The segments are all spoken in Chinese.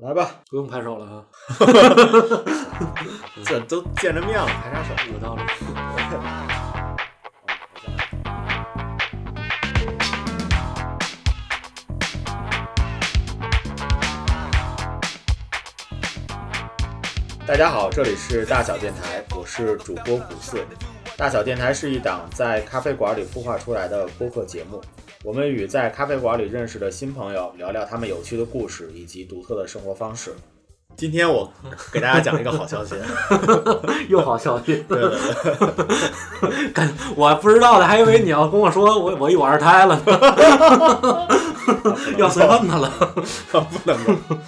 来吧，不用拍手了啊，这都见着面了，还啥手？有道理。大家好，这里是大小电台，我是主播胡四。大小电台是一档在咖啡馆里孵化出来的播客节目，我们与在咖啡馆里认识的新朋友聊聊他们有趣的故事以及独特的生活方式。今天我给大家讲一个好 消息， 又好消息，对对对，感 我不知道的，还以为你要跟我说我我有二胎了呢， 要随份子 了。不能够。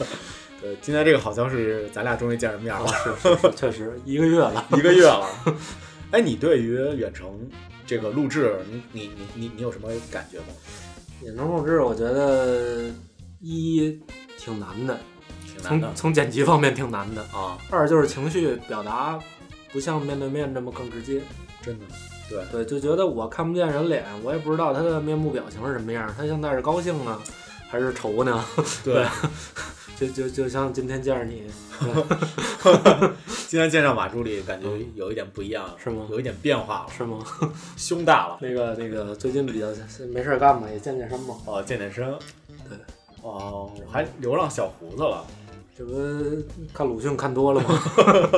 对，今天这个好消息是咱俩终于见着面了，哦 是 是，确实一个月了。一个月了。哎，你对于远程这个录制，你你你你你有什么感觉吗？远程控制，我觉得一挺难的，挺难的从从剪辑方面挺难的。啊，二就是情绪表达不像面对面这么更直接，真的。对，对，就觉得我看不见人脸，我也不知道他的面部表情是什么样，他现在是高兴呢，还是愁呢？ 对，就就就像今天见着你，今天见上马助理，感觉有一点不一样，嗯是吗有一点变化了，是吗？胸大了。那个那个，最近比较没事儿干嘛，也健健身嘛。哦，健健身。对。哦，我还留上小胡子了。这不看鲁迅看多了吗？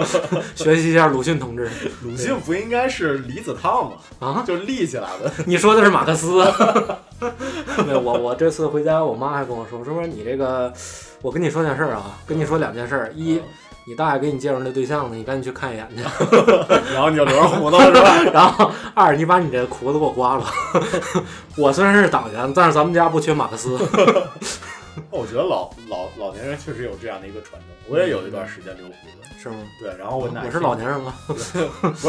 学习一下鲁迅同志鲁迅不应该是离子烫吗？啊！就立起来的。你说的是马克思？ 对，我我这次回家，我妈还跟我说，说说你这个，我跟你说件事儿啊，跟你说两件事儿。一， 你大爷给你介绍那对象呢，你赶紧去看一眼去。 然后你就留上胡子了是吧？ 然后二，你把你这裤子给我刮了。 我虽然是党员，但是咱们家不缺马克思。 哦我觉得老老老年人确实有这样的一个传统。我也有一段时间留胡子。是吗？对，然后我奶嗯我是老年人吗？ 不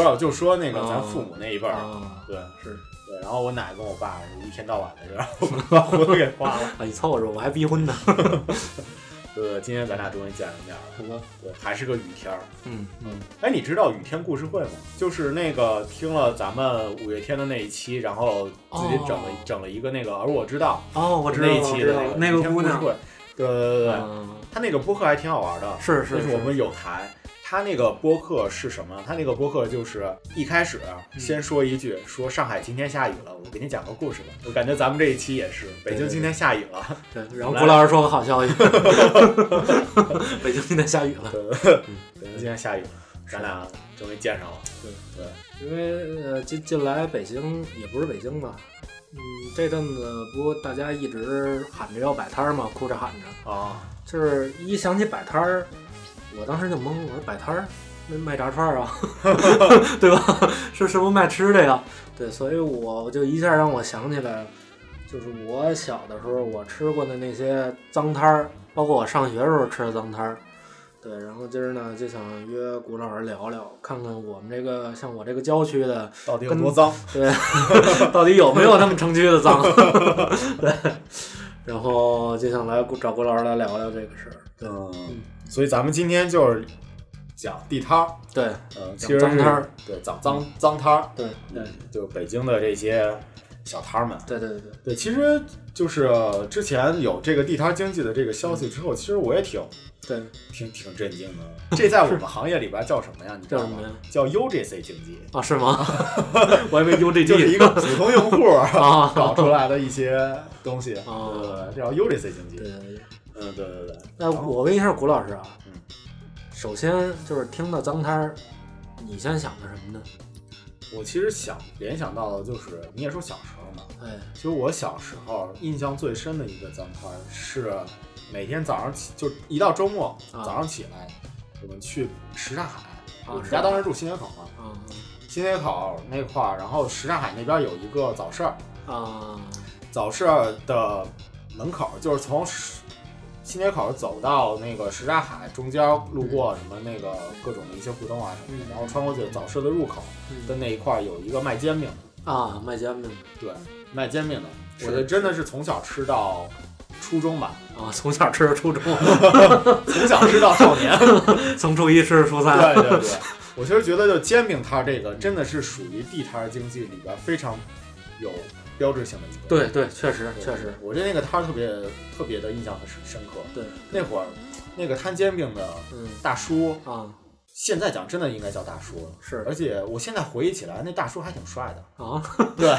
是，我就说那个咱啊父母那一辈儿，啊，对是对。然后我奶跟我爸一天到晚的就让我们把胡子给刮了。啊，你凑着，我还逼婚呢。对，呃今天咱俩终于见着面了，什么？对，还是个雨天儿。嗯嗯，哎，你知道雨天故事会吗？就是那个听了咱们五月天的那一期，然后自己整了、哦整了一个那个，而我知道哦，我知道那一了期我知的道了那那个个雨天姑故娘事，会对对对对，嗯他那个播客还挺好玩的，是是但是我们有台。他那个播客是什么？他那个播客就是一开始嗯先说一句，说上海今天下雨了，我给你讲个故事吧。我感觉咱们这一期也是，北京今天下雨了，对，然后郭老师说个好消息， 北京今天下雨了，北京今天下雨了，咱俩终于见上了。因为呃近近来北京也不是北京吧，嗯，这阵子不大家一直喊着要摆摊儿嘛，哭着喊着，啊，就是一想起摆摊儿，我当时就懵，我说摆摊儿。那卖炸串儿啊，对吧？是是不是卖吃的呀？对，所以我就一下让我想起来，就是我小的时候我吃过的那些脏摊儿，包括我上学时候吃的脏摊儿。对，然后今儿呢就想约古老师聊聊，看看我们这个像我这个郊区的，到底有跟多脏？对，到底有没有他们城区的脏？对，然后就想来找古老师来聊聊这个事儿。对嗯，所以咱们今天就是讲地摊儿，对嗯，其讲实脏摊儿是，对，讲脏脏摊儿，嗯对对就北京的这些小摊儿们。对对对对，对，其实就是之前有这个地摊经济的这个消息之嗯后，其实我也挺对，挺挺震惊 的。这在我们行业里边叫什么呀？你知叫道什吗么？呀？叫 UGC 经 济，啊，是吗？我还以为 UGG 就是一个普通用户啊。 搞出来的一些东西。哦对，叫 UGC 经对济。对对。嗯，对对对。那我问一下古老师啊，嗯首先就是听到脏摊儿，你先想的什么呢？我其实想联想到的就是，你也说小时候嘛，哎，其实我小时候印象最深的一个脏摊儿是每天早上起，就一到周末啊早上起来，我们去什刹海。啊我们是家吧当时住新街口嘛，啊新街口那块儿，然后什刹海那边有一个早市儿，啊早市儿的门口就是从什新街口走到那个什刹海中间，路过什么那个各种的一些胡同啊什么的，嗯然后穿过去早市的入口的那一块儿有一个卖煎饼的。啊！卖煎饼对，卖煎饼的，是我这真的是从小吃到初中吧， 啊，从小吃到初中， 从小吃到少年。从初一吃蔬菜。对对对， 我其实觉得就煎饼摊儿这个真的是属于地摊儿经济里边非常有标志性的一个。对对，确实确实，我对那个摊儿特别特别的印象很深刻。对，那会儿那个摊煎饼的嗯大叔，啊现在讲真的应该叫大叔了。是而且我现在回忆起来，那大叔还挺帅 的。啊，对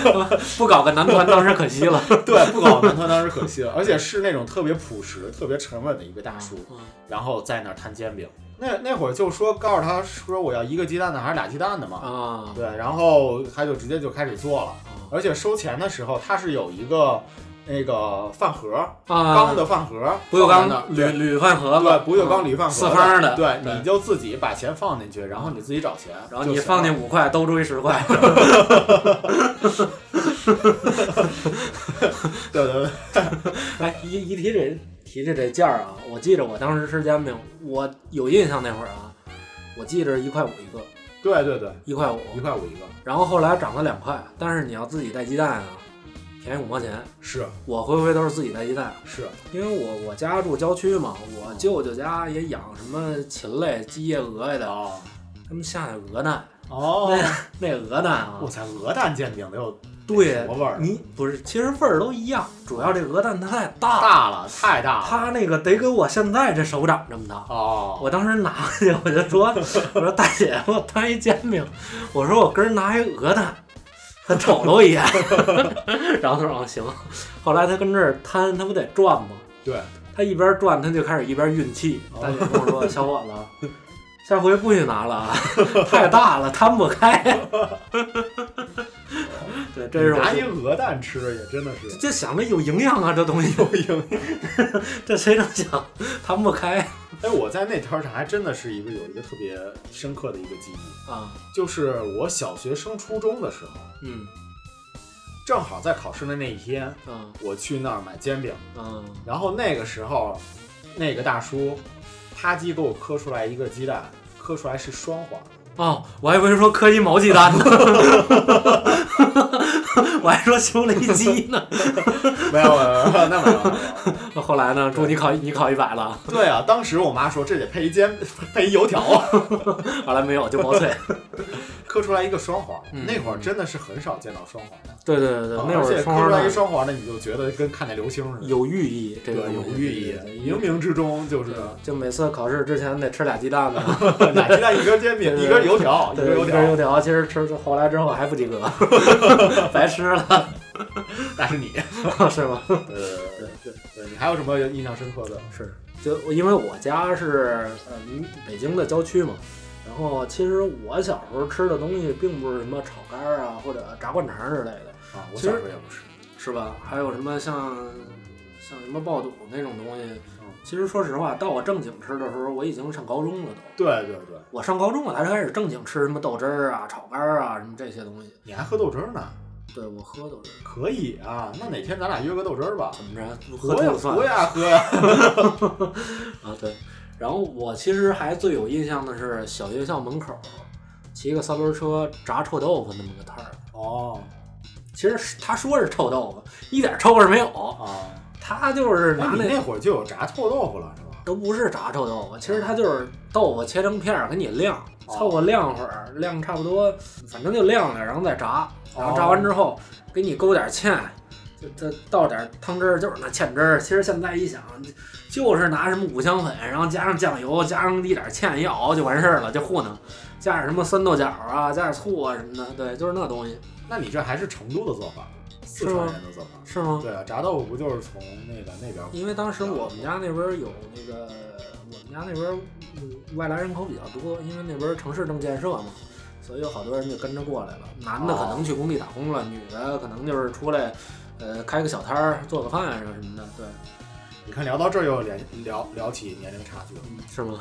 不搞个男团当时可惜 了。对，不搞男团当时可惜了，而且是那种特别朴实、特别沉稳的一个大叔，嗯然后在那儿摊煎饼。那那会儿就说告诉他说我要一个鸡蛋的还是俩鸡蛋的嘛，啊对，然后他就直接就开始做了，而且收钱的时候他是有一个那个饭盒，啊，钢的饭盒，不锈放在那儿钢对铝铝饭盒子，对，嗯不锈钢铝饭盒，四方的，对，你就自己把钱放进去，然后你自己找钱，然后你就行放了进五块，兜出一十块， 对对对，哎，一一提这提这这价儿啊，我记着我当时吃煎饼，我有印象那会儿啊，我记着一块五一个，对对对，一块五，一块五一个，然后后来涨了两块，但是你要自己带鸡蛋啊，便宜五毛钱。是我回回都是自己带鸡蛋，是，因为我我家住郊区嘛，我舅舅家也养什么禽类、鸡呀、鹅呀的，哦他们下的鹅蛋，哦，那鹅蛋啊我，操，鹅蛋煎饼得有什对么，味儿？你不是，其实味儿都一样，主要这鹅蛋它太大了，大了，太大了，它那个得给我现在这手掌这么大。哦，我当时拿过去，我就说：“我说大姐，我摊一煎饼，我说我跟人拿一鹅蛋。”他瞅了我一眼， 然后他说：“哦，行。”后来他跟这儿摊，他不得转吗？对，他一边转，他就开始一边运气。大姐跟我 说：“小伙子，下回不许拿了，啊，太大了，摊不开。”对，这是我拿一鹅蛋吃也真的是就想着有营养啊，这东西有影这谁能想摊不开哎，我在那摊儿上还真的是一个有一个特别深刻的一个记忆，啊？就是我小学升初中的时候，嗯正好在考试的那一天，啊我去那儿买煎饼，啊然后那个时候，那个大叔啪叽给我磕出来一个鸡蛋，磕出来是双黄， 哦，我还以为说磕一毛鸡蛋呢， 我还说修了一鸡呢。没有没有没有，那没有。没有后来呢？祝你考你考一百了，对啊，当时我妈说这得配一煎 配一油条啊，后来没有就薄脆。磕出来一个双黄，嗯那会儿真的是很少见到双黄的。对对对对，那哦而会且儿磕双出花来一蛋双黄的，你就觉得跟看见流星似的，有寓意，这对，个东有西寓意对，对冥冥之中就是对就每次考试之前得吃俩鸡蛋呢， 俩鸡蛋一根煎饼，一根油条，一根对，油一根条，油条，其实吃后来之后还不 及格，白吃了那是你。是吗？呃，对对。对，你还有什么印象深刻的？是，就因为我家是呃嗯北京的郊区嘛，然后其实我小时候吃的东西并不是什么炒肝儿啊或者炸灌肠之类的，啊，我其实小时候也不是。是吧？还有什么像像什么爆肚那种东西嗯，其实说实话，到我正经吃的时候，我已经上高中了都。对对对，我上高中我才开始正经吃什么豆汁儿啊、炒肝儿啊什么这些东西。你还喝豆汁儿呢？对我喝豆汁儿，可以啊，那哪天咱俩约个豆汁儿吧？怎么着喝我也吐了算我也爱喝呀。啊，对。然后我其实还最有印象的是小学校门口儿骑个三轮车炸臭豆腐那么个摊儿。哦其实是他说是臭豆腐，一点臭味儿没有，啊，他就是那拿你那那会儿就有炸臭豆腐了是吧？都不是炸臭豆腐，其实他就是豆腐切成片儿给你晾，哦凑合晾会儿，晾差不多，反正就晾晾，然后再炸，然后炸完之后给你勾点芡。就就倒点汤汁儿，就是那芡汁儿。其实现在一想，就是拿什么五香粉，然后加上酱油，加上一点芡，一熬就完事儿了，就糊弄。加点什么酸豆角啊，加点醋啊什么的，对，就是那东西，那你这还是成都的做法，四是吗川人的做法。是吗？对啊，炸豆腐不就是从那个那边儿？因为当时我们家那边儿有那个，我们家那边儿嗯外来人口比较多，因为那边儿城市正建设嘛，所以有好多人就跟着过来了。男的可能去工地打工了，女的可能就是出来，呃，开个小摊儿做个饭啊什么的。对，你看聊到这儿又聊聊聊起年龄差距了。嗯是吗？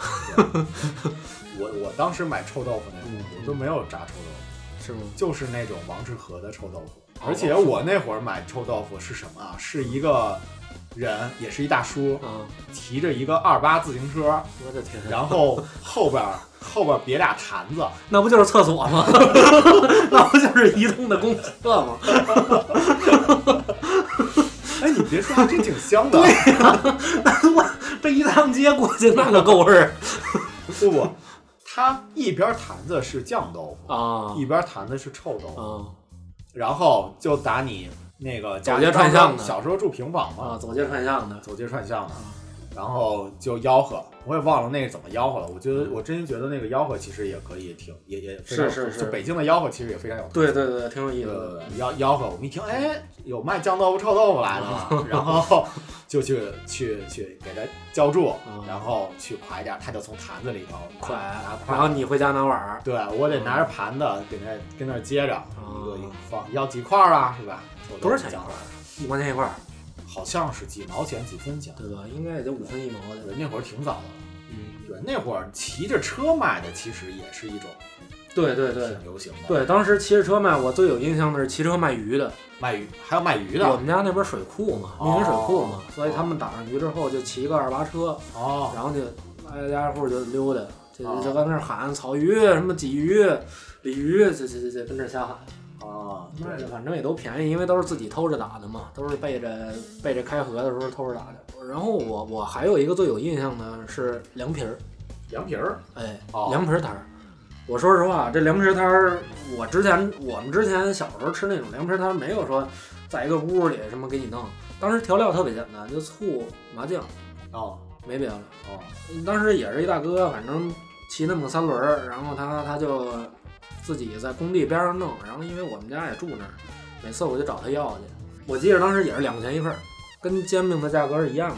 我我当时买臭豆腐那会儿，嗯我都没有炸臭豆腐，是吗？就是那种王致和的臭豆腐。哦而且我那会儿买臭豆腐是什么啊？是一个人，也是一大叔，啊，骑着一个二八自行车，我的天，然后后边儿后边儿别俩坛子，那不就是厕所吗？ 那不就是移动的公厕吗？哎，你别说，还真挺香 的。这一趟街过去，那个够味儿不不，它一边坛子是酱豆腐，啊一边坛子是臭豆腐，啊然后就打你那个走街串巷的嗯小时候住平房嘛，啊！走街串巷的走街串巷的啊，然后就吆喝，我也忘了那个怎么吆喝了。我觉嗯得我真心觉得那个吆喝其实也可以挺也也非常是是是就北京的吆喝其实也非常有特对色对对，挺有意思的。呃，吆吆喝，我们一听，哎，有卖酱豆腐、臭豆腐来的 了，然后就去去去给他浇筑嗯，然后去蒯点儿，他就从坛子里头拿快啊拿，然后筷子，你回家拿碗儿，对我得拿着盘子给那跟那儿接着，嗯一个一个放，要几块儿啊，是吧？臭豆腐多少钱一酱块豆儿啊腐？一毛钱一块儿，好像是几毛钱几分钱，对吧？应该也就五分一毛的。对，那会儿挺早的了。嗯，对，那会儿骑着车卖的其实也是一种对对对挺流行的。，对，当时骑着车卖，我最有印象的是骑车卖鱼的。卖鱼还有卖鱼我的们家那边水库嘛，密云水库嘛哦，所以他们打上鱼之后就骑一个二八车，哦，然后就挨家挨户就溜达，就哦就跟那儿喊草鱼、什么鲫鱼、鲤鱼，就就就就跟这儿瞎喊。啊，卖的对，反正也都便宜，因为都是自己偷着打的嘛，都是背着背着开河的时候偷着打的。然后我我还有一个最有印象的是凉皮儿，羊皮儿，哎，哦凉皮儿摊儿。我说实话，这凉皮儿摊儿，我之前我们之前小时候吃那种凉皮儿摊儿，没有说在一个屋里什么给你弄，当时调料特别简单，就醋、麻酱，哦没别的。哦，当时也是一大哥，反正骑那么个三轮儿，然后他他就自己在工地边上弄，然后因为我们家也住那儿，每次我就找他要去。我记得当时也是两块钱一份儿，跟煎饼的价格是一样的。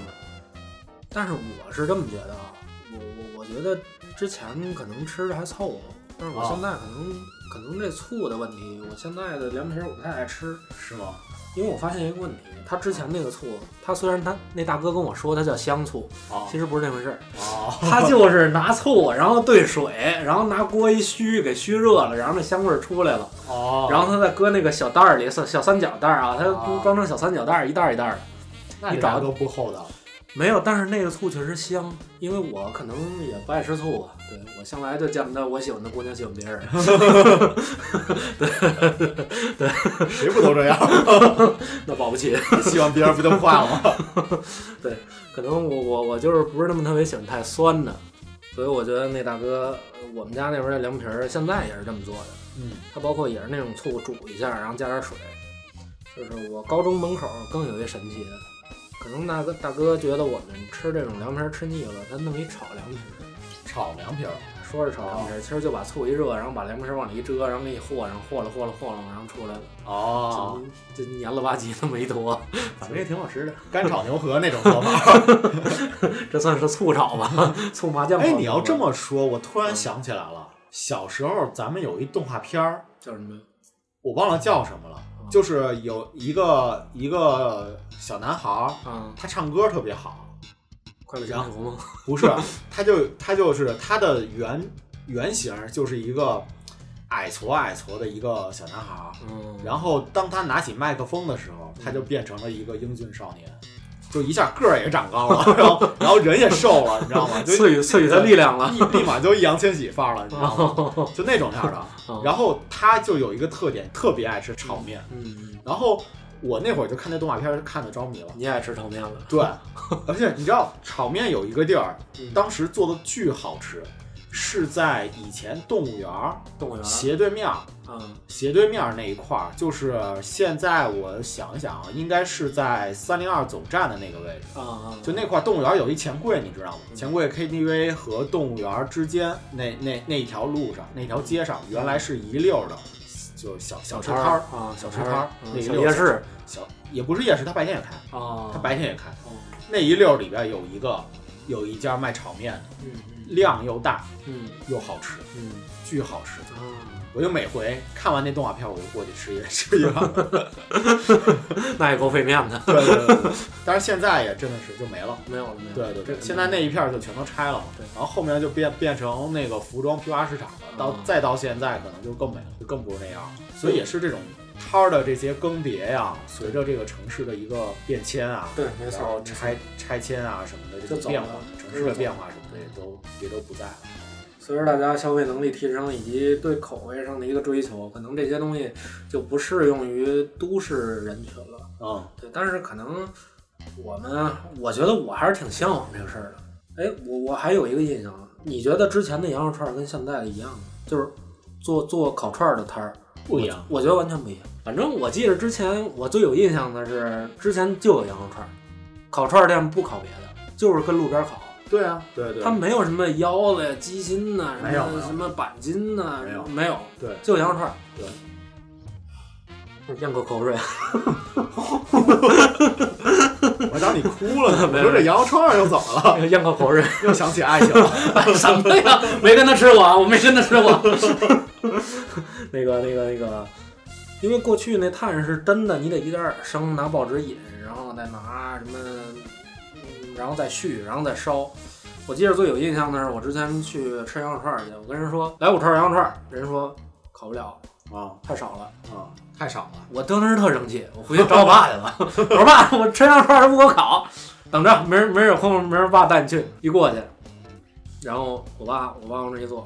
但是我是这么觉得啊，我我我觉得之前可能吃的还凑合，但是我啊现在可能、可能这醋的问题，我现在的凉皮儿我不太爱吃，是吗？因为我发现一个问题，他之前那个醋，他虽然他那大哥跟我说他叫香醋，哦其实不是这回事儿。 哦，他就是拿醋，然后兑水，然后拿锅一虚，给虚热了，然后那香味儿出来了，哦然后他再搁那个小袋儿里，小小三角袋儿啊，他哦装成小三角袋儿，一袋儿一袋儿的。那你你找找都不厚道，没有，但是那个醋确实香，因为我可能也不爱吃醋啊。对我向来就见不到我喜欢的姑娘喜欢别人， 谁不都这样？ 那保不齐。希望别人不就坏了吗？ 可能我我我就是不是那么特别喜欢太酸的，所以我觉得那大哥，呃我们家那边的凉皮儿现在也是这么做的。嗯，它包括也是那种醋煮一下，然后加点水。就是我高中门口更有一神奇的，可能大哥大哥觉得我们吃这种凉皮儿吃腻了，他弄一炒凉皮儿，炒凉皮儿，说是炒凉皮儿，其实就把醋一热，然后把凉皮儿往里一遮，然后给你和上，和了和了和了，然后出来了，哦，就就黏了吧唧那么一坨，反正也挺好吃的。干炒牛河那种做法。 这算是醋炒吧，醋麻酱。哎，你要这么说，我突然想起来了，小时候咱们有一动画片儿，叫什么？我忘了叫什么了，就是有一个一个小男孩儿，啊，他唱歌特别好，快乐小红吗？不是，他就他就是他的原原型就是一个矮矬矮矬的一个小男孩儿，嗯，然后当他拿起麦克风的时候，他就变成了一个英俊少年，就一下个儿也长高了， 然后然后人也瘦了，你知道吗？就 赐予赐予它力量了。立立马就易烊千玺范儿了，你知道吗？哦，就那种样儿的。然后他就有一个特点，特别爱吃炒面。嗯，然后我那会儿就看那动画片儿，看的着迷了。你也爱吃炒面了？对， 而且你知道炒面有一个地儿嗯，当时做的巨好吃，是在以前动物园儿动物园儿斜对面儿，嗯斜对面儿那一块儿，就是现在我想一想啊，应该是在三零二总站的那个位置。啊啊，就那块儿动物园儿有一钱柜，你知道吗？嗯钱柜 KTV 和动物园儿之间那那那一条路上，那条街上原来是一溜儿的，就是小小吃摊儿，啊，小小吃摊儿嗯那一小溜夜小市小也不是夜市，它白天也开，啊，它白天也开。哦，那一溜儿里边有一个有一家卖炒面的，嗯量又大嗯又好吃，嗯巨好吃。嗯啊，我就每回看完那动画片，我就过去吃一 吃一碗。嗯那也够费面的，对对对对，但是现在也真的是就没了。没有了没有了。对对对，这现在那一片儿就全都拆了嘛对，然后后面就变变成那个服装批发市场了，到嗯再到现在可能就更没了，就更不是那样了。所以也是这种摊儿的这些更迭呀、随着这个城市的一个变迁啊，对，没然后错，拆拆迁啊什么的这就种走变了化，城市的变化什么的也都也都不在了。随着大家消费能力提升以及对口味上的一个追求，可能这些东西就不适用于都市人群了。嗯，对，但是可能我们，我觉得我还是挺向往这个事儿的。哎，我我还有一个印象啊，你觉得之前的羊肉串儿跟现在的一样吗？就是做做烤串儿的摊儿不一样。我觉得完全不一样。反正我记得之前我最有印象的是，之前就有羊肉串儿，烤串儿店不烤别的，就是跟路边烤，对啊，对对它没有什么腰子呀、鸡心呐、没有什没么有什么板筋呐、没有没有，对，就羊肉串儿。对我咽口口水，啊我还当你哭了 呢。没我有说这羊肉串儿又怎么了？ 咽口口水，又想起爱情 了。 什么呀？没跟他吃过，啊，我没跟他吃过。 那个、那个、那个，因为过去那炭是真的，你得一点点生，拿报纸引，然后再拿什么，嗯然后再续，然后再烧。我记得最有印象的是，我之前去吃羊肉串儿去，我跟人说来五串羊肉串儿，人说烤不了，啊太少了。啊，太少 了。我当时特生气，我回去找我爸去了。 我说爸，我吃羊肉串儿都不给我烤，等着明儿明儿有空，明儿爸带你去。一过去，然后我爸我爸往那一坐，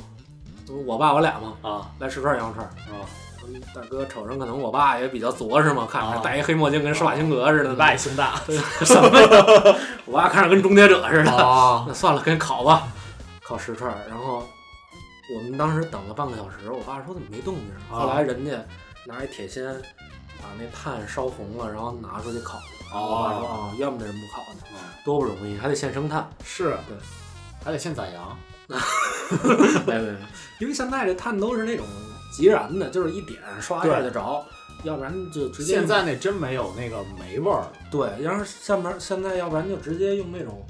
我爸我俩嘛，啊来吃串羊肉串儿。啊，我说大哥瞅着可能我爸也比较作是吗？看着啊戴一黑墨镜跟施瓦辛格似的，爸也胸大， 什么呀？我爸看着跟终结者似 的。啊，那算了，给你烤吧，烤十串儿。然后我们当时等了半个小时，我爸说怎么没动静儿？啊后来人家拿一铁锨把那炭烧红了，然后拿出去烤。我爸说哦，啊，要么这人不烤呢，嗯多不容易，还得现生炭。是对，还得现宰羊。没有没有，因为现在这炭都是那种急燃的，就是一点刷一下就着，要不然就直接现在那真没有那个霉味儿了。对，然后下面现在要不然就直接用那种，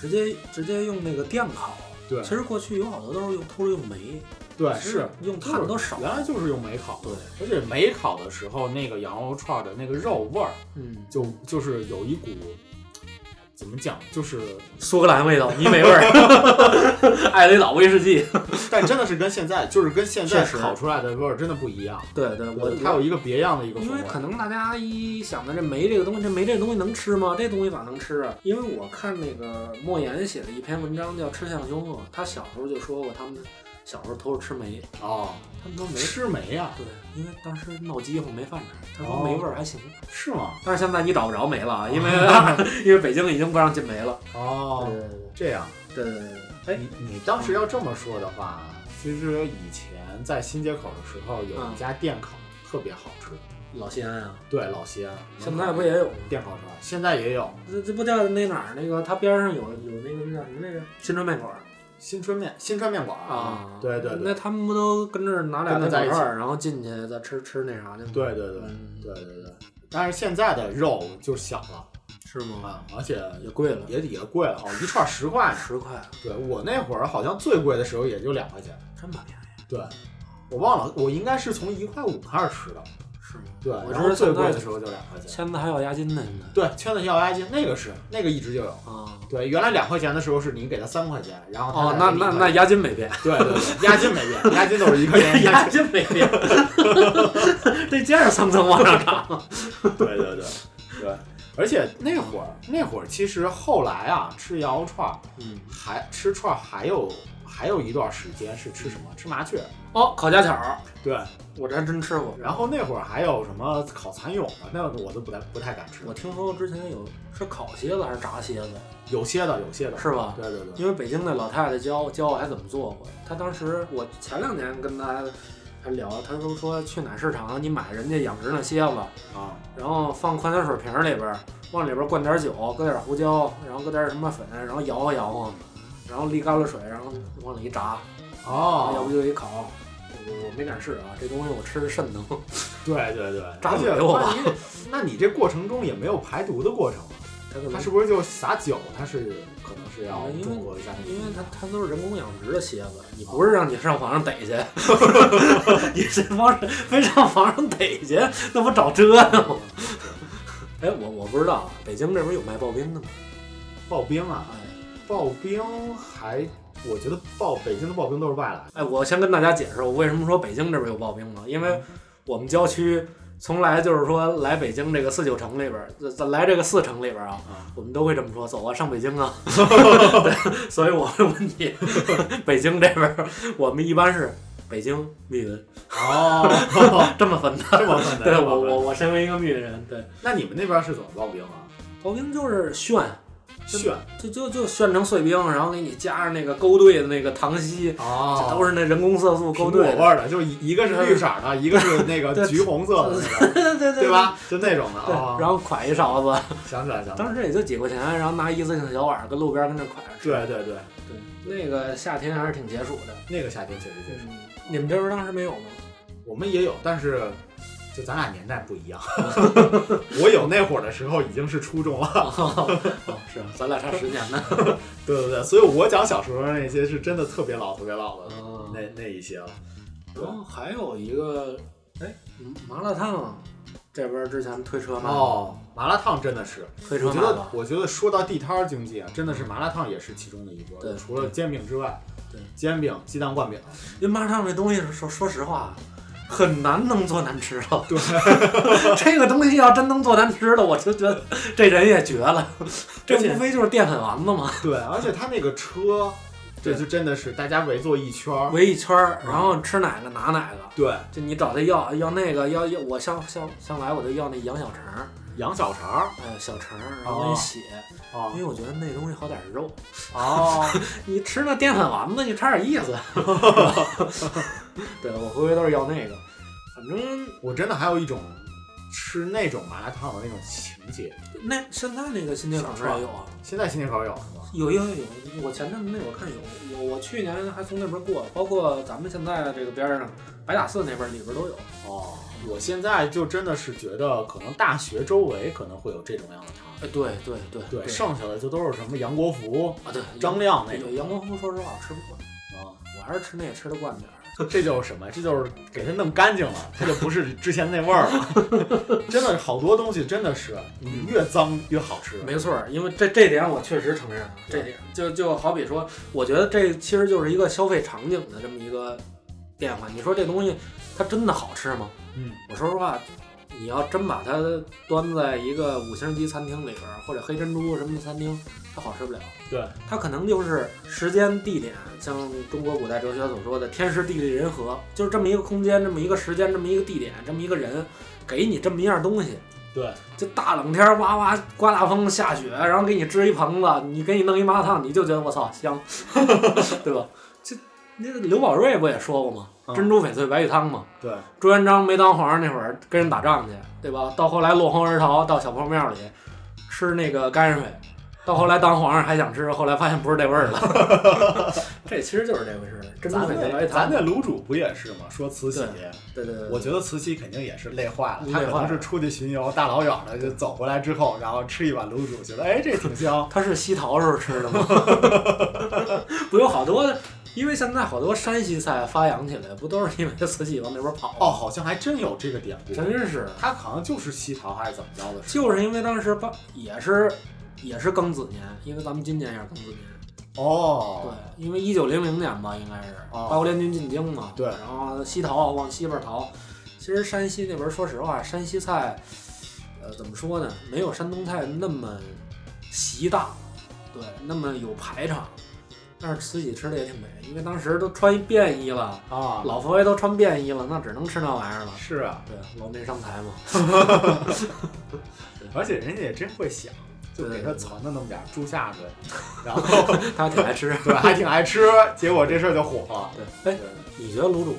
直接直接用那个电烤。对其实过去有好多都是用都是用煤，对，其实是用炭都少。原来就是用煤烤的，对，而且煤烤的时候，那个羊肉串儿的那个肉味儿，嗯，就就是有一股怎么讲，就是苏格兰味道，泥煤 味儿，艾雷岛威士忌。但真的是跟现在，就是跟现在确实烤出来的味儿真的不一样。对对，我它有一个别样的一个因风为味。可能大家一想到这煤这个东西，这煤这东西能吃吗？这东西咋能吃啊？因为我看那个莫言写的一篇文章叫《吃相凶恶》，他小时候就说过，他们小时候都是吃煤，哦，他们都没。吃煤啊呀、对，因为当时闹饥荒没饭吃，他说煤味儿还行。是吗？但是现在你找不着煤了啊，因为 因为北京已经不让进煤了。哦，这样，对对对对对，哎，你你当时要这么说的话，其实以前在新街口的时候嗯有一家电烤特别好吃，老西安啊，对，老西安现在不也有吗？电烤串，现在也有这这不叫那哪儿那个，它边上有有那个那叫什么来着？新川面馆儿新川面新川面馆儿对对那对他们不都啊跟这儿拿俩跟那着在一烤起串儿，然后进去再吃吃那啥去吗？对对对嗯对对对，但是现在的肉就小了是吗？啊，而且也贵了，也也贵了，哦，一串十块呢。十块，对我那会儿好像最贵的时候也就两块钱，这么便宜啊对我忘了，我应该是从一块五开始吃的，是吗？对，我然知后道最现在贵的时候就两块钱。签子还要押金呢，现在对，圈子小押金那个是那个一直就有。啊。对，原来两块钱的时候是你给他三块钱，然后他哦，再那给你那一那块钱押金 没变，对对对，押金没变，押金都是一块钱一块押 钱。金没变，这接着蹭蹭往上涨。对对对对，而且那会儿那会儿其实后来啊，吃羊肉串儿嗯，还吃串儿还有还有一段时间是吃什么？吃麻雀。哦，烤家巧儿，对，我这还真吃过。然后那会儿还有什么烤蚕蛹啊，那我都不太不太敢吃我。听说之前有是烤蝎子还是炸蝎子，有些的有些的，是吧？对对对，因为北京那老太太教教我还怎么做过，她当时我前两年跟她还聊，她说说去哪市场你买人家养殖那蝎子，啊然后放矿泉水瓶里边儿，往里边儿灌点酒，搁点胡椒，然后搁点什么粉，然后摇晃摇晃，然后沥干了水，然后往里一炸，要哦，不就一烤。我我没敢试啊，这东西我吃肾疼。对对对，炸而且给哎我吧那你那你这过程中也没有排毒的过程啊，它可它能是不是就撒酒？它是可能是要中和一下那哦因为个。它它都是人工养殖的蝎子，你不是让你上网上逮去， 你是往非上网上逮去，那不找折腾吗？ 哎，我我不知道，北京这边有卖刨冰的吗？刨冰啊，哎，刨冰还，我觉得刨北京的刨冰都是外来的。哎，我先跟大家解释，我为什么说北京这边有刨冰呢？因为我们郊区从来就是说来北京这个四九城里边儿，这这来这个四城里边儿啊，啊我们都会这么说，走啊，上北京啊。对，所以我会问你，北京这边儿，我们一般是北京密云哦， 这么分的。 这么分的。对这么我分的我我身为一个密云人，对那你们那边是怎么刨冰啊？刨冰就是炫，啊炫就就就炫成碎冰，然后给你加上那个勾兑的那个糖稀，哦，这都是那人工色素勾苹果兑味的。儿的，就一一个是绿色儿 的，一个是那个对橘红色的那个，对对对对哦对？吧？就那种的对，啊。然后㧟一勺子，想起来，想起来。当时也就几块钱，然后拿一次性小碗儿跟路边儿跟那㧟着吃。对对对，对，嗯那个夏天还是挺解暑的。那个夏天确实确实，你们这边当时没有吗？我们也有，但是就咱俩年代不 一样。我有那会儿的时候已经是初中了。 哦，是啊，咱俩差十年呢。对对对，所以我讲小时候那些是真的特别老、特别老的那那一些了。哦然后还有一个，哎，麻辣烫这边之前推车卖，哦，麻辣烫真的是，推车我觉卖得吧，我觉得说到地摊儿经济啊，真的是麻辣烫也是其中的一波。对除了煎饼之外，对煎饼、鸡蛋灌饼，因为麻辣烫这东西说说实话。很难能做难吃的，对， 这个东西要真能做难吃的，我就觉得这人也绝了。这而且无非就是淀粉丸子嘛，对，而且他那个车，这对就真的是大家围坐一圈儿，围一圈儿，然后吃哪个拿哪个。对，就你找他要要那个要要，我向向向来我就要那羊小肠儿，羊小肠儿哎小肠儿，然后哦那血，啊因为我觉得那东西好点儿肉。哦，你吃那淀粉丸子，你差点意思。 对，我回回都是要那个，反正我真的还有一种吃那种麻辣烫的那种情节。那现在那个新街口那儿也有啊，现在新街口有是吗？有有有有，我前阵子那会儿看有，我我去年还从那边过，包括咱们现在这个边儿上白塔寺那边儿里边儿都有。哦，我现在就真的是觉得，可能大学周围可能会有这种样的汤。哎，对对对对，剩下的就都是什么杨国福、啊对，张亮那种对杨国福说实话我吃不惯，啊，我还是吃那个吃得惯点儿。这就是什么？这就是给它弄干净了，它就不是之前那味儿了。 真的，好多东西真的是你越脏越好吃。嗯没错儿，因为这这点我确实承认啊，这点就就好比说，我觉得这其实就是一个消费场景的这么一个变化。你说这东西它真的好吃吗？嗯，我说实话，你要真把它端在一个五星级餐厅里边儿，或者黑珍珠什么的餐厅，它好吃不了。对，它可能就是时间、地点，像中国古代哲学所说的“天时地利人和”，就是这么一个空间，这么一个时间，这么一个地点，这么一个人，给你这么一样东西。对，这大冷天儿哇哇刮大风下雪，然后给你支一棚子，你给你弄一麻辣烫，你就觉得我操香， 对吧？这那个刘宝瑞不也说过吗？嗯珍珠翡翠白玉汤嘛。对，朱元璋没当皇上那会儿跟人打仗去，对吧？到后来落荒而逃，到小破庙里吃那个泔水，到后来当皇上还想吃，后来发现不是这味儿了。 这其实就是这回事儿，珍珠咱翡翠白那玉咱汤。那卤煮不也是吗？说慈禧。对对对，我觉得慈禧肯定也是累坏了，累她坏了。可能是出去巡游，大老远的就走回来之后，然后吃一碗卤煮，觉得哎这挺香他是西逃时候吃的吗？ 不有好多，因为现在好多山西菜发扬起来，不都是因为慈禧往那边跑？哦，好像还真有这个典故，真是，她好像就是西逃还是怎么着的？就是因为当时八也是也是庚子年，因为咱们今年也是庚子年，对哦，，因为一九零零年吧，应该是哦八国联军进京嘛，对然后西逃啊往西边逃。其实山西那边，说实话，山西菜，呃，怎么说呢，没有山东菜那么习大，对，那么有排场。但是慈禧吃的也挺美，因为当时都穿便衣了，啊，老佛爷都穿便衣了，那只能吃那玩意儿了。是啊，对，老没上台嘛。而且人家也真会想，就对给她存了那么点儿猪下 水，然后。他挺爱吃 对还挺爱吃，结果这事儿就火了。对，哎，你觉得卤煮，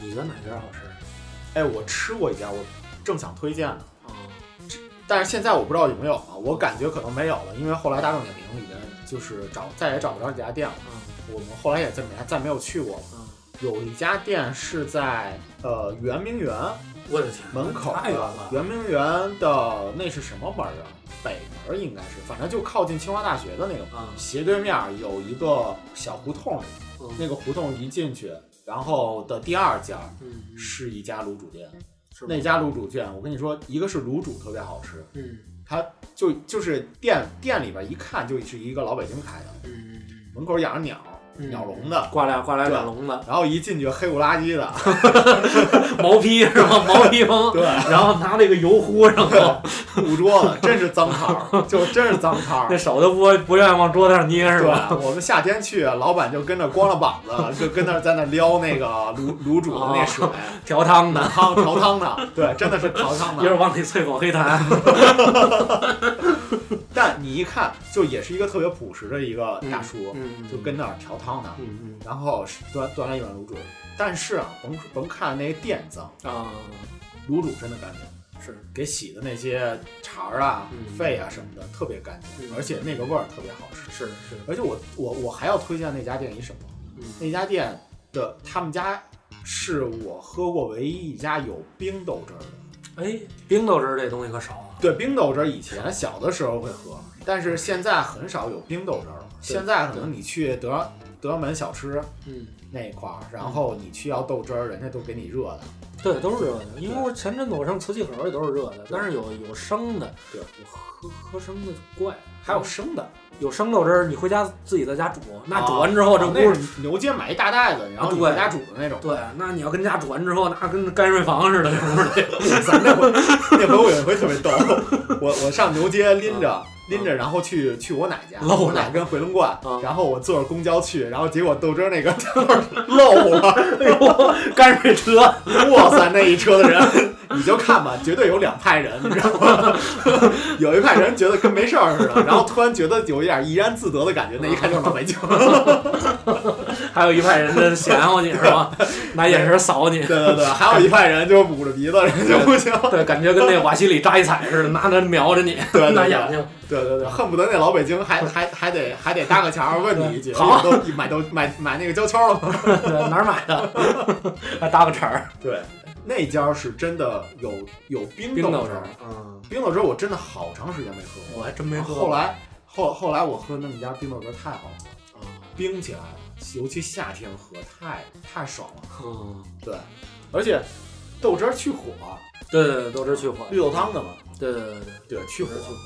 你觉得哪家好吃？哎，我吃过一家，我正想推荐呢，啊、但是现在我不知道有没有啊，我感觉可能没有了，因为后来大众点评已经就是找再也找不着这家店了。我们后来也再没再没有去过了。嗯嗯，有一家店是在呃圆明园我的天，门口太远的了，圆明园的那是什么门啊？北门应该是，反正就靠近清华大学的那个门，啊、斜对面有一个小胡同，嗯那个胡同一进去，然后的第二家嗯，是一家卤煮店，是那家卤煮店我跟你说，一个是卤煮特别好吃，嗯就就是店店里边一看就是一个老北京开的，嗯门口养着鸟，嗯鸟笼的，挂俩挂俩对鸟笼子，然后一进去黑不拉几的， 毛坯是 吗？毛坯风，对，然后拿那个油糊 上头， 捂桌子，真是脏摊儿，就真是脏摊那儿。手都不不愿意往桌子上捏是对吧？，我们夏天去，老板就跟着光着膀子，就跟那儿在那儿撩那个卤卤煮的那哦水，调汤拿的，汤调嗯汤的，对，真的是调汤一会的。儿往里啐口黑痰。但你一看就也是一个特别朴实的一个大叔，嗯，就跟那儿调汤呢，嗯然后是端端来一碗卤煮。但是啊，甭甭看那个店脏，嗯啊卤煮真的干净，是给洗的那些肠儿啊、嗯肺啊什么的特别干净，嗯而且那个味儿特别好吃。是是，而且我我我还要推荐那家店一什么？嗯那家店的他们家是我喝过唯一一家有冰豆汁儿的。哎，冰豆汁儿这东西可少啊，对，冰豆汁儿以前小的时候会喝，但是现在很少有冰豆汁儿了。对现在可能你去德劳德劳门小吃嗯，那一块儿，然后你去要豆汁儿，人家都给你热的。对，都是热的，因为我前阵子我上瓷器盒也都是热的，但是有有生的，对我喝喝生的怪，还有生的，有生豆汁儿，你回家自己在家煮，啊那煮完之哦后这啊那不是。是牛街买一大袋子，然后你啊对回家煮的那种。对，那你要跟家煮完之后，那跟泔水房似的，是不是？ 咱那回那回我有一回特别逗，我我上牛街拎着拎着，然后去去我奶家，漏了我奶跟回龙观嗯，然后我坐着公交去，然后结果豆汁儿那个漏了，泔水车，哇塞，那一车的人，你就看吧，绝对有两派人，你知道吗？有一派人觉得跟没事儿似的，然后突然觉得有一点怡然自得的感觉，那一看就是老北京。还有一派人的嫌乎你是吧？拿眼神扫你对，对对，还有一派人就捂着鼻子，人就不行。对，感觉跟那瓦西里扎一彩似的，拿着瞄着你，对对对拿眼睛。对对对，恨不得那老北京还还还得还得搭个桥问你一句，对好都买豆买买那个胶圈了吗？对，哪儿买的？ 还搭个茬儿，对，那家是真的有有冰冰豆豆汁汁儿儿，。嗯，冰豆汁儿我真的好长时间没喝过，我还真没喝。后，来后后来我喝那么家冰豆汁儿太好喝了，啊冰起来了，尤其夏天喝太太爽了。嗯，对，而且豆汁儿去火，对对对，豆汁去火，绿豆汤的嘛，对对对对。对，去火豆汁去火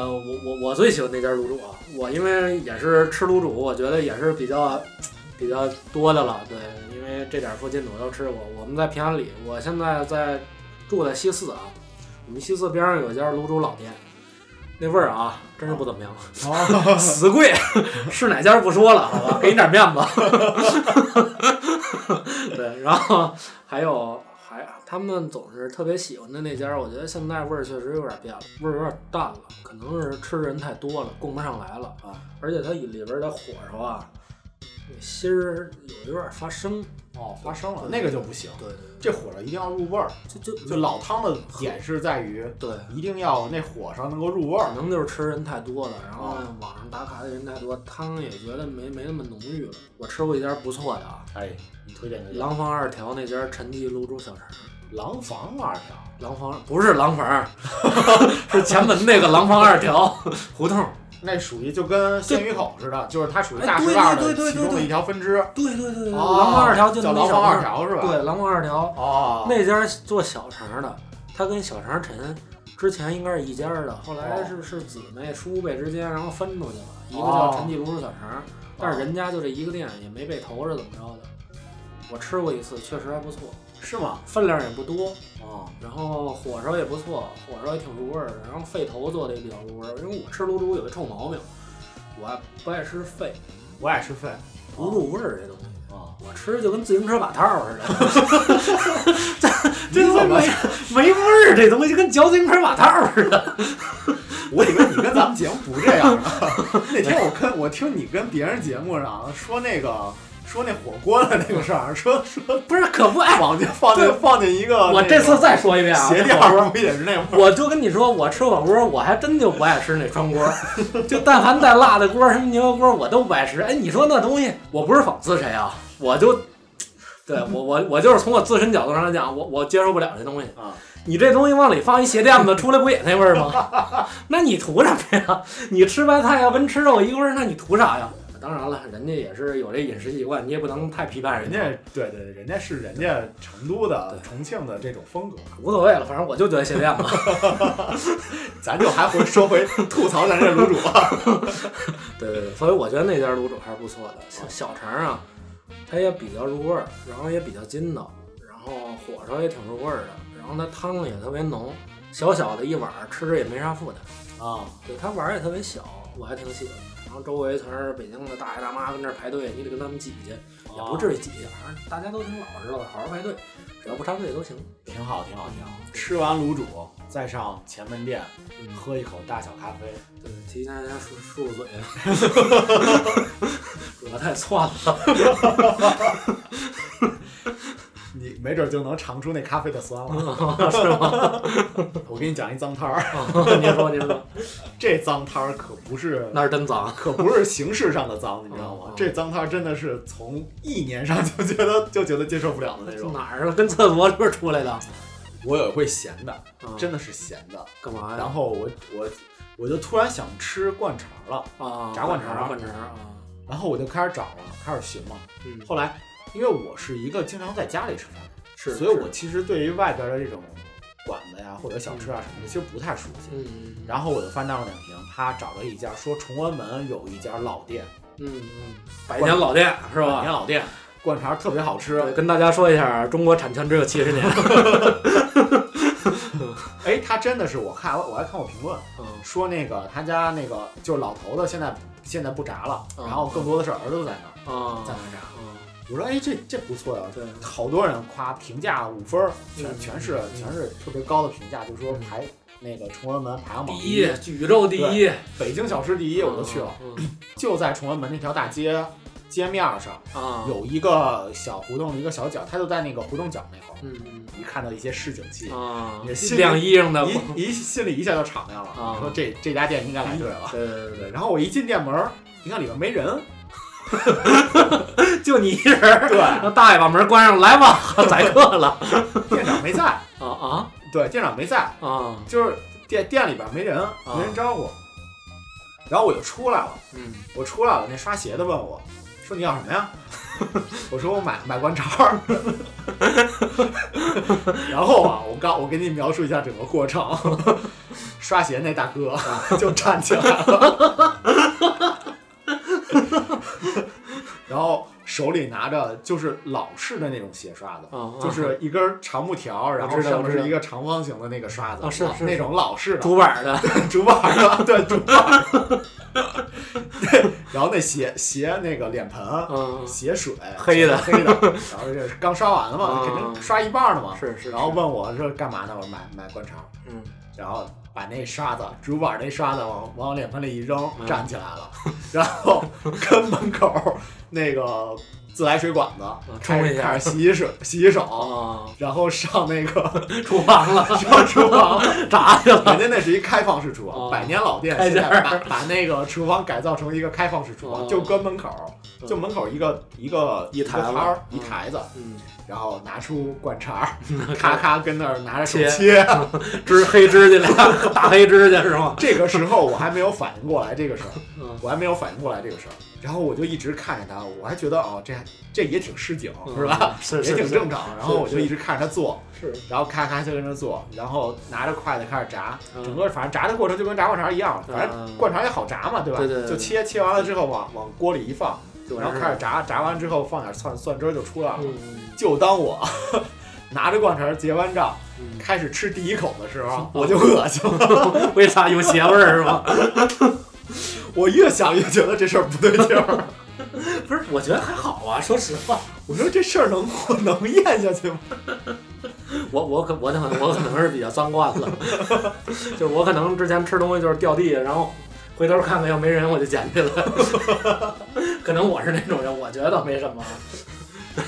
呃，我我我最喜欢那家卤煮啊，我因为也是吃卤煮，我觉得也是比较比较多的了，对，因为这点儿附近的我都吃过。我们在平安里，我现在在住在西四啊，我们西四边上有一家卤煮老店，那味儿啊，真是不怎么样。啊，死贵， 是哪家不说了，好 吧，给你点面子。对，然后还有还他们总是特别喜欢的那家，我觉得现在味儿确实有点变了，味儿有点淡了，可能是吃人太多了，供不上来了啊。而且它里边的火烧啊，那芯儿有点发生。 哦，发生了，那个就不行，对对这火上一定要入味儿。对，就就就老汤的点是在于对。一定要那火上能够入味可儿。能就是吃人太多了，然后网上打卡的人太多，汤也觉得没没那么浓郁了。我吃过一家不错的啊，哎，你推荐这个廊坊二条那家陈记卤煮小肠，廊坊二条，廊坊不是廊坊， 是前门那个廊坊二条 胡同。那属于就跟鲜鱼口似的，就是它属于哎大对石栏对的对对其中对的一条分支。对对对对，哦廊坊二条就叫那廊小坊摊二儿。条是吧？对，廊坊二条哦，那家做小肠的，他跟小肠陈之前应该是一家的，后来哦是是姊妹叔辈之间，然后分出去了，一个叫陈记卤煮小肠，哦但是人家就这一个店也没被投是怎么着的。我吃过一次，确实还不错，是吗？分量也不多，哦，然后火烧也不错，火烧也挺入味儿的。然后肺头做的也比较入味儿，因为我吃卤煮有一臭毛病，我不爱吃肺，我爱吃肺。不入味儿这东西。 啊，我吃就跟自行车把套儿似的， 你怎么？没味儿，这东西就跟嚼自行车把套儿似的。我以为你跟咱们节目不这样呢。 那天我跟我听你跟别人节目上说那个说那火锅的那个事儿，说说 不是，可不哎，放进放进放进一个我那哦这个次再说一遍啊，鞋这火锅垫不也是那味儿？我就跟你说，我吃火锅，我还真就不爱吃那川锅，就但凡带辣的锅，什么牛油锅，我都不爱吃。哎，你说那东西，我不是讽刺谁啊，我就，对我我我就是从我自身角度上来讲，我我接受不了这东西啊。你这东西往里放一鞋垫子，出来不也那味儿吗？ 那你图什么呀？你吃白菜要跟吃肉一个味儿，那你图啥呀？当然了，人家也是有这饮食习惯，你也不能太批判人人家家，对对，对人家是人家成都的、对重庆的这种风格，无所谓了，反正我就觉得鞋垫子。咱就还回说回吐槽咱这卤煮啊。对对对，所以我觉得那家卤煮还是不错的。像小肠啊，它也比较入味儿，然后也比较筋道，然后火烧也挺入味儿的，然后它汤也特别浓，小小的一碗儿吃着也没啥负担。 啊，对，它碗儿也特别小，我还挺喜欢。然后周围全是北京的大爷大妈跟这儿排队，你得跟他们挤去，也哦不至于挤去，反正大家都挺老实的，好好排队，只要不插队都行。挺好，挺好，挺好。吃完卤煮，再上前门店嗯喝一口大小咖啡，对，提前先漱漱漱嘴，啊 主要太窜了。你嗯没准就能尝出那咖啡的酸了。是吗？ 我给你讲一脏摊儿， 您说您说，这脏摊儿可不 是。那是真脏。可不是形式上的脏，你知道嗯吗嗯？这脏摊儿真的是从意念上就觉得 就觉得接受不了的那种。 哪儿啊？跟厕所里边出来的？我有一回闲的，啊真的是闲的，干嘛然呀？后我我我就突然想吃灌肠了，啊，炸灌肠儿灌肠儿啊。然后我就开始找了，开始寻嘛。嗯，后来因为我是一个经常在家里吃饭的人，是。所以我是其实对于外边的这种馆子呀或者小吃啊什么的，其实不太熟悉。嗯，然后我就翻大众点评，他找了一家，说崇文门有一家老店，嗯嗯，百年老店是百吧？年老店，灌肠特别好吃。对，跟大家说一下，中国产权只有七十年。哎，他真的是，我看我还看过评论，嗯说那个他家那个就是老头子现在现在不炸了，嗯然后更多的是儿子在那儿 啊在那儿炸。嗯，我说哎，这这不错呀、对，好多人夸评价五分儿，全嗯全是嗯全是特别高的评价，就说嗯排那个崇文门排行榜第一，宇宙第一，北京小吃第一，我就去了。嗯。就在崇文门那条大街街面儿上，嗯啊，有一个小胡同，一个小角，它就在那个胡同角那块儿，嗯一看到一些市井气嗯，啊，也信晾衣裳的。一一心里一下就敞亮啊嗯了，说这这家店应该来对了。对对对对，然后我一进店门儿，一看里面没 人，对， 就你一人儿，对，让大爷把门关上，来吧， 宰客了。 店长没在，啊啊对，店长没在，啊！就是店店里边没人，没人招呼。然后我就出来了，嗯，我出来了，那刷鞋的问我，说你要什么呀？ 我说我买买观潮儿。 然后啊，我刚我给你描述一下整个过程。刷鞋那大哥就站起来了，然后手里拿着就是老式的那种斜刷子，啊，就是一根长木条，然后知道上面我知道是一个长方形的那个刷子，啊是是那种老式的竹板的， 竹板儿的，对竹板儿。然后那鞋鞋那个脸盆，嗯，鞋水 黑的黑的，然后这是刚刷完了嘛，啊肯定刷一半儿了嘛。是是。然后问我这干嘛呢？我说买买灌肠，啊嗯，然后把那刷子竹板儿那刷子往往脸盆里一扔，嗯站起来了，然后跟门口儿那个自来水管子嗯冲开一始下开始洗洗手洗洗手。 啊，然后上那个 厨房了，上厨房，炸去了。 人家那是一开放式厨房，哦百年老店，开现间在儿把把那个厨房改造成一个开放式厨哦嗯房，就跟门口，就门口一个一个一台个子摊儿嗯一台子，嗯，然后拿出灌肠儿，咔咔跟那儿拿着手切 切。指黑指甲俩， 大黑指甲是吗？这个时候我还没有反应过来这个事儿，嗯我还没有反应过来这个事儿，然后我就一直看着他，我还觉得哦，这这也挺市井是吧？？嗯是也是挺正常，然后我就一直看着他做，是然后咔咔就跟着做，然后拿着筷子开始炸，嗯整个反正炸的过程就跟炸灌肠一样，反嗯正灌肠也好炸嘛，对吧？对对对就切切完了之后往往锅里一放，然后开始炸，炸完之后放点蒜蒜汁儿就出来了。 嗯就当我 拿着灌肠结完账，嗯，开始吃第一口的时候， 我就恶心了，为啥有邪味儿是吗？我越想越觉得这事儿不对劲儿， 不是，我觉得还好啊。说实话，我说这事儿能能咽下去吗？ 我我可我可能我可能是比较脏惯了， 就是我可能之前吃东西就是掉地，然后回头看看要没人我就捡起来。 可能我是那种人，我觉得没什么。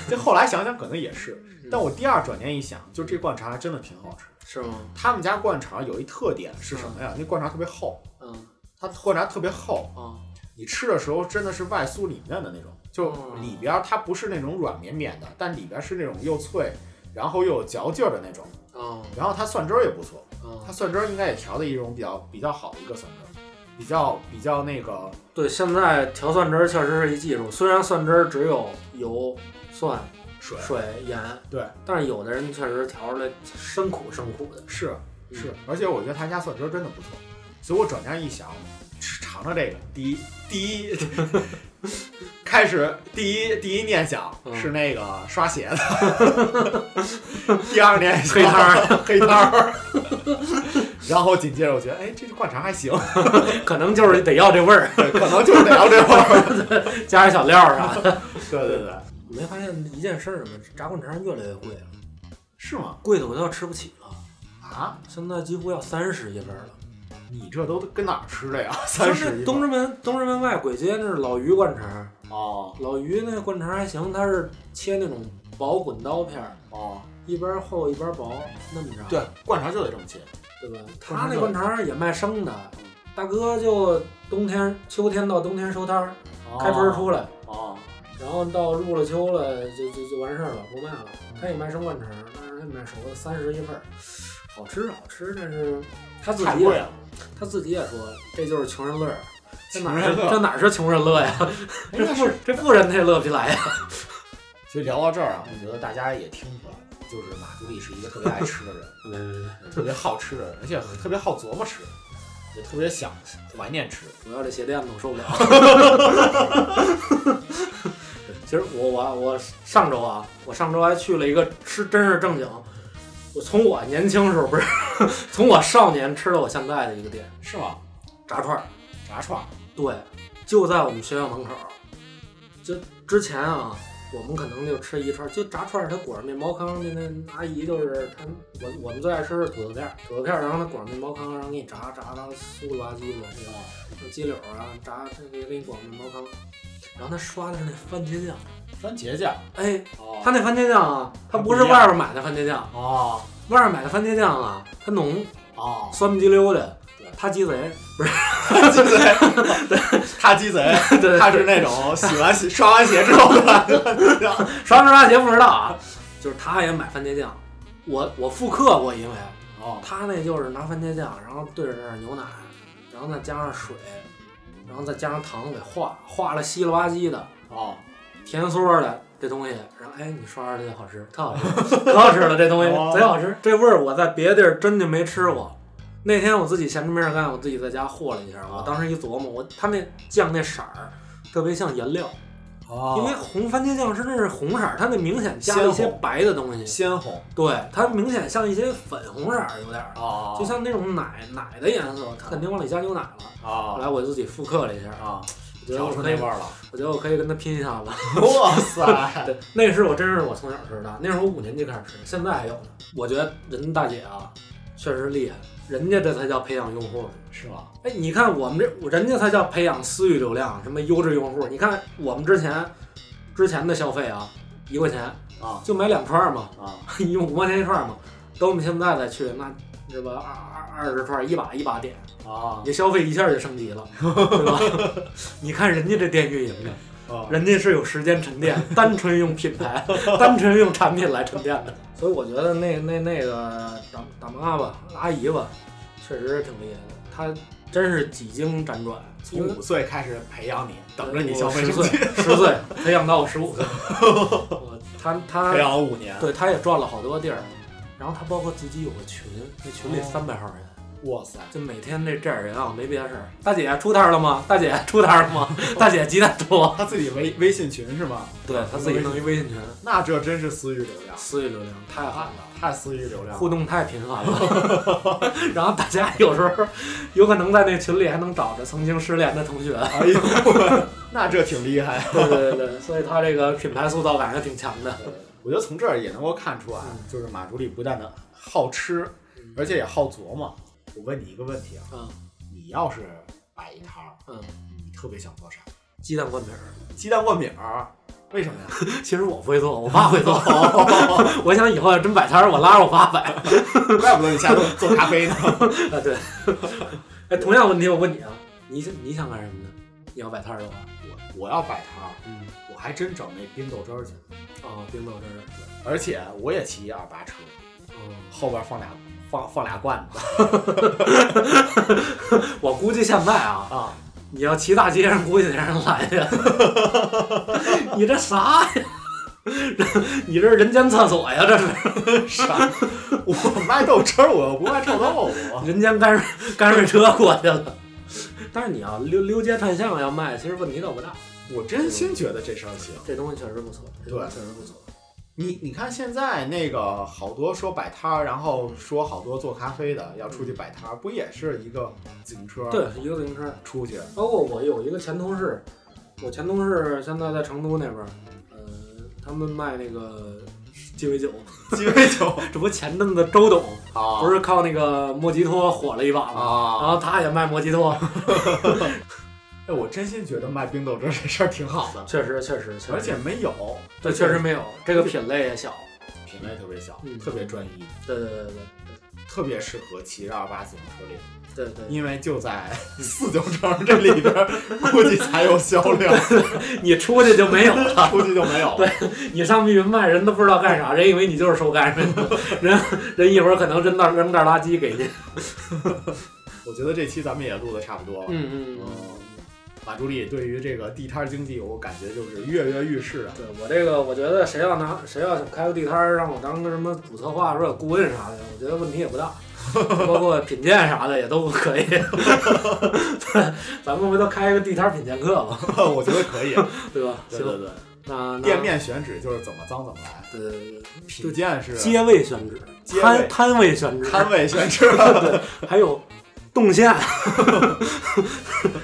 这后来想想可能也是，嗯但我第二转念一想，就这灌肠还真的挺好吃。是吗？他们家灌肠有一特点是什么呀？那灌肠特别厚，嗯它灌肠特别厚，啊你吃的时候真的是外酥里嫩的那种，就里边儿它不是那种软绵绵的，但里边儿是那种又脆，然后又有嚼劲儿的那种。啊然后它蒜汁儿也不错，它啊！蒜汁儿应该也调的一种比较比较好的一个蒜汁儿，比较比较那个对，现在调蒜汁儿确实是一技术，虽然蒜汁儿只有油、蒜、水水、盐，对，但是有的人确实调出来生苦生苦 的。是是，而且我觉得他家蒜汁儿真的不错，所以我转念一想，吃尝尝这个，第一第一 开始第一第一念想嗯是那个刷鞋 的，第二念想黑摊儿黑摊儿， 然后紧接着我觉得，哎，这灌肠还行， 可能就是得要这味儿，对可能就是得要这会儿。 加点小料儿啊 啥的。对对对，没发现一件事儿吗？炸灌肠越来越贵了，是吗？贵的我都要吃不起了，啊，现在几乎要三十一份儿了。你这都跟哪儿吃的呀？ 就三十是一东直门东直门外簋街那是老于灌肠，哦老于那灌肠还行，他是切那种薄滚刀片儿，哦，一边厚一边薄，那么着，对，灌肠就得这么切。对吧？灌肠他那就灌肠也卖生的，大哥就冬天秋天到冬天收摊儿，开春儿出来，哦然后到入了秋了就就就完事儿了，不卖了。他也卖生灌肠，但是他也卖熟的，三十一份儿，好吃好吃，但是他自太己也贵了。啊他自己也说，这就是穷人乐儿。这哪穷是人乐这哪是穷人乐呀？哎这那富这富人他也乐不起来呀。其实聊到这儿啊，我觉得大家也听出来了，就是马助理是一个特别爱吃的人， 特别好吃的人，而且特别好琢磨吃，也特别想怀念吃。我要这鞋垫子，我受不了。 其实我我我上周啊，我上周还去了一个吃，真是正经。我从我年轻时候不是， 从我少年吃到我现在的一个店是吗？炸串儿，炸串儿对，就在我们学校门口儿。就之前啊，我们可能就吃一串儿，就炸串儿，它裹上面包糠，那那阿姨就是她，我我们最爱吃是土豆片儿，土豆片儿，然后它裹上面包糠，然后给你炸炸到酥了吧唧的，这个那鸡柳啊，炸这个给你裹上面包糠，然后它刷的是那番茄酱，番茄酱哎，哦它那番茄酱啊，它它不不是一样外边买的番茄酱，哦外边买的番茄酱啊，它浓，哦，酸不唧溜的对，它鸡贼，鸡贼，他鸡贼，对对他是那种洗完洗刷完鞋之后的，刷不刷鞋不知道啊，就是他也买番茄酱，我我复刻过，因为哦，他那就是拿番茄酱，然后兑着点牛奶，然后再加上水，然后再加上糖给化，化了稀了吧唧的，哦，甜嗦的这东西，然后哎你刷刷这就好吃，特好吃，可好吃了这东西哦，贼好吃，这味儿我在别的地儿真就没吃过。那天我自己闲着没事干，我自己在家和了一下，我当时一琢磨，我他那酱那色儿特别像颜料。因为哦，红番茄酱是那是红色儿，它那明显加了一些鲜红白的东西，鲜红对，它明显像一些粉红色儿，有点儿，哦就像那种奶奶的颜色，它肯定往里加牛奶了。后哦来我自己复刻了一下，啊，我觉得调我出可那以味，儿了，我觉得我可以跟它拼一下子。哇塞，对，那是我真是我从小吃的，那是我五年级开始吃，现在还有呢。我觉得人大姐啊，确实厉害，人家这才叫培养用户呢。是吗？哎，你看我们这，人家才叫培养私域流量，什么优质用户。你看我们之前之前的消费啊，一块钱啊就买两串儿嘛， 啊，一用五毛钱一串儿嘛。等我们现在再去，那这吧二二二十串儿一把一把点，啊你消费一下就升级了， 对吧？ 你看人家这店运营的，啊人家是有时间沉 淀，单纯用品牌， 单纯用产品来沉淀的。所以我觉得那那那个大大妈吧，阿姨吧，确实挺厉害的，她真是几经辗转，从五岁开始培养你，等着你消费十升岁级，，十岁培养到我十五 岁，我她她培养了五年，对，他也转了好多地儿，然后他包括自己有个群，那群里哦三百号人，哇塞，就每天这这点人啊，没别的事儿。大姐出摊儿了吗？大姐出摊儿了 吗？大姐鸡蛋多。 他自己微微信群是吗？对他自己弄一微信群，那这真是私域流量，私域流量太好了。太私域流量互了，动太频繁了， 然后大家有时候有可能在那群里还能找着曾经失联的同学，哎呦，那这挺厉害。对对 对对，所以他这个品牌塑造感还挺强的。 我觉得从这儿也能够看出啊，嗯就是马助理不但能好吃，而且也好琢磨。我问你一个问题啊，嗯你要是摆一摊儿，嗯，你特别想做啥？鸡蛋灌饼儿，鸡蛋灌饼儿，为什么呀？其实我不会做，我爸会 做。我想以后要真摆摊儿，我拉着我爸摆。怪不得你下做做咖啡呢。 啊，对。哎，同样问题我问你啊，你想你想干什么呢？你要摆摊儿的话，我我要摆摊儿，嗯，我还真整那冰豆汁儿去，哦，冰豆汁儿，而且我也骑一二八车，嗯，后边放俩放放俩罐子我估计现在啊，啊。你要骑大街上，估计得让人拦下。 你这啥呀？ 你这是人间厕所呀？这是啥？ 我卖豆汁儿，我又不卖臭豆腐。 人间泔水泔水车过去了。但是你要溜溜街串巷要卖，其实问题倒不大。我真心觉得这事儿行。这东西确实不错，这东西确实不错。你你看现在那个好多说摆摊儿，然后说好多做咖啡的要出去摆摊儿，不也是一个自行车对，一个自行车。出去？包括我有一个前同事，我前同事现在在成都那边儿，呃，他们卖那个鸡尾酒，鸡尾酒 这不前阵子周董啊，不是靠那个莫吉托火了一把吗？然啊，后他也卖莫吉托，哎，我真心觉得卖冰豆汁儿这事儿挺好的，确实确实，确实而且没有，对，确实没有这个品类也小，品类特别小，嗯特别专一，对对对对特别适合骑着二八自行车练，对对因为就在嗯四九城这里边 儿，估计才有销量，对，你出去就没有了，估计就没有了。对你上密云卖人都不知道干啥，人以为你就是收干人的，人人一会儿可能扔袋扔袋垃圾给你，我觉得这期咱们也录的差不多了。嗯嗯嗯。嗯，马助理对于这个地摊儿经济，我感觉就是跃跃欲试啊。 对我这个，我觉得谁要拿谁要想开个地摊儿，让我当个什么主策划或者顾问啥的，我觉得问题也不大，包括品鉴啥的也都可以。 对，咱们回头开一个地摊儿品鉴课吧，我觉得可以。对吧？对 行，对对，那那店面选址就是怎么脏怎么来，对对对品鉴是对，街位选址、街位摊摊位选址、摊位选址。还有动线，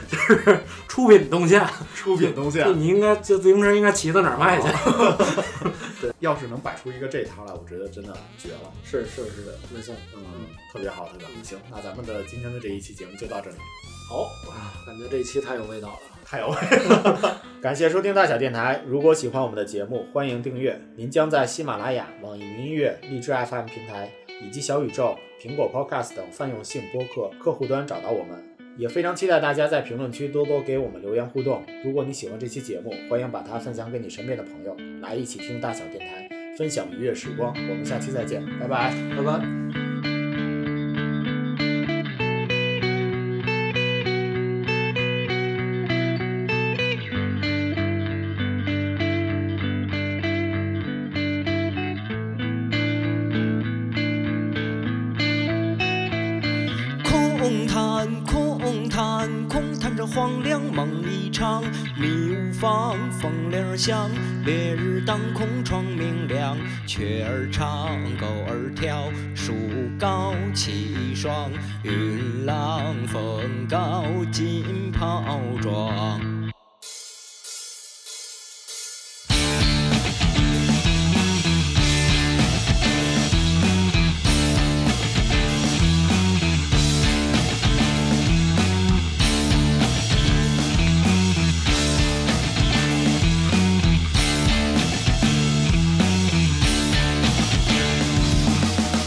就是出品动线，出品动线就，你应该这自行车应该骑到哪儿卖哦去？要是能摆出一个这摊来，我觉得真的绝了。是是是的，没错。嗯，特别好，特别好。嗯行，那咱们的今天的这一期节目就到这里，好，哇，感觉这一期太有味道了。太有味了。 感谢收听大小电台。如果喜欢我们的节目，欢迎订阅。您将在喜马拉雅、网易云音乐、荔枝 FM 平台以及小宇宙、苹果 Podcast 等泛用性播客客户端找到我们。也非常期待大家在评论区多多给我们留言互动。如果你喜欢这期节目，欢迎把它分享给你身边的朋友，来一起听大小电台，分享愉悦时光。我们下期再见，拜拜。拜拜。空谈，空谈，空谈着荒凉梦一场，迷雾放，风铃儿响，烈日当空窗明亮，雀儿唱，狗儿跳，树高气爽，云浪风高浸泡妆。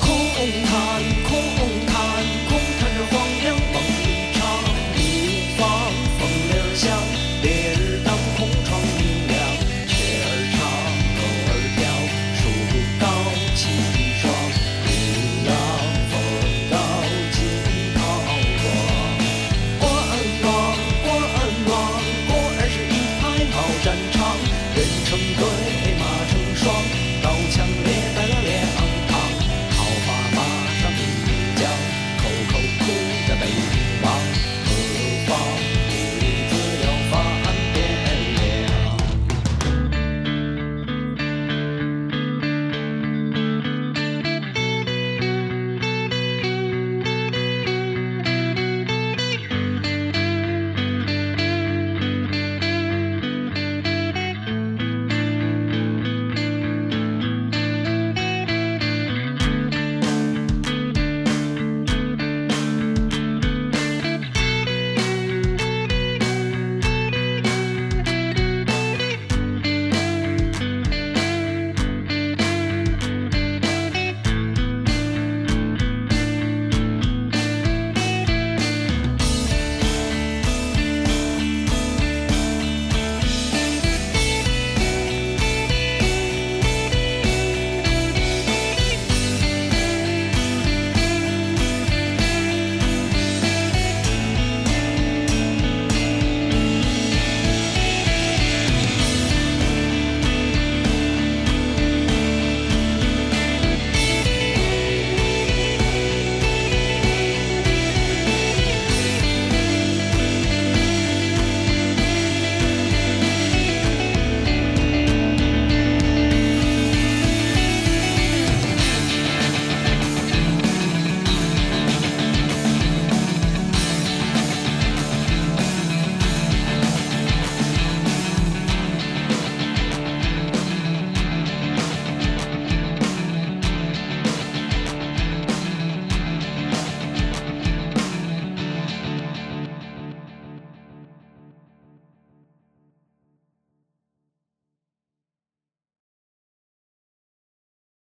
空谈，空谈，空谈着荒凉梦一场，迷雾放，风铃儿响，烈日当空窗明亮，雀儿唱，狗儿跳，树高气爽，云浪风高浸泡妆。国安王，国安王，果然是一派好战场，人成对，马成双，刀枪连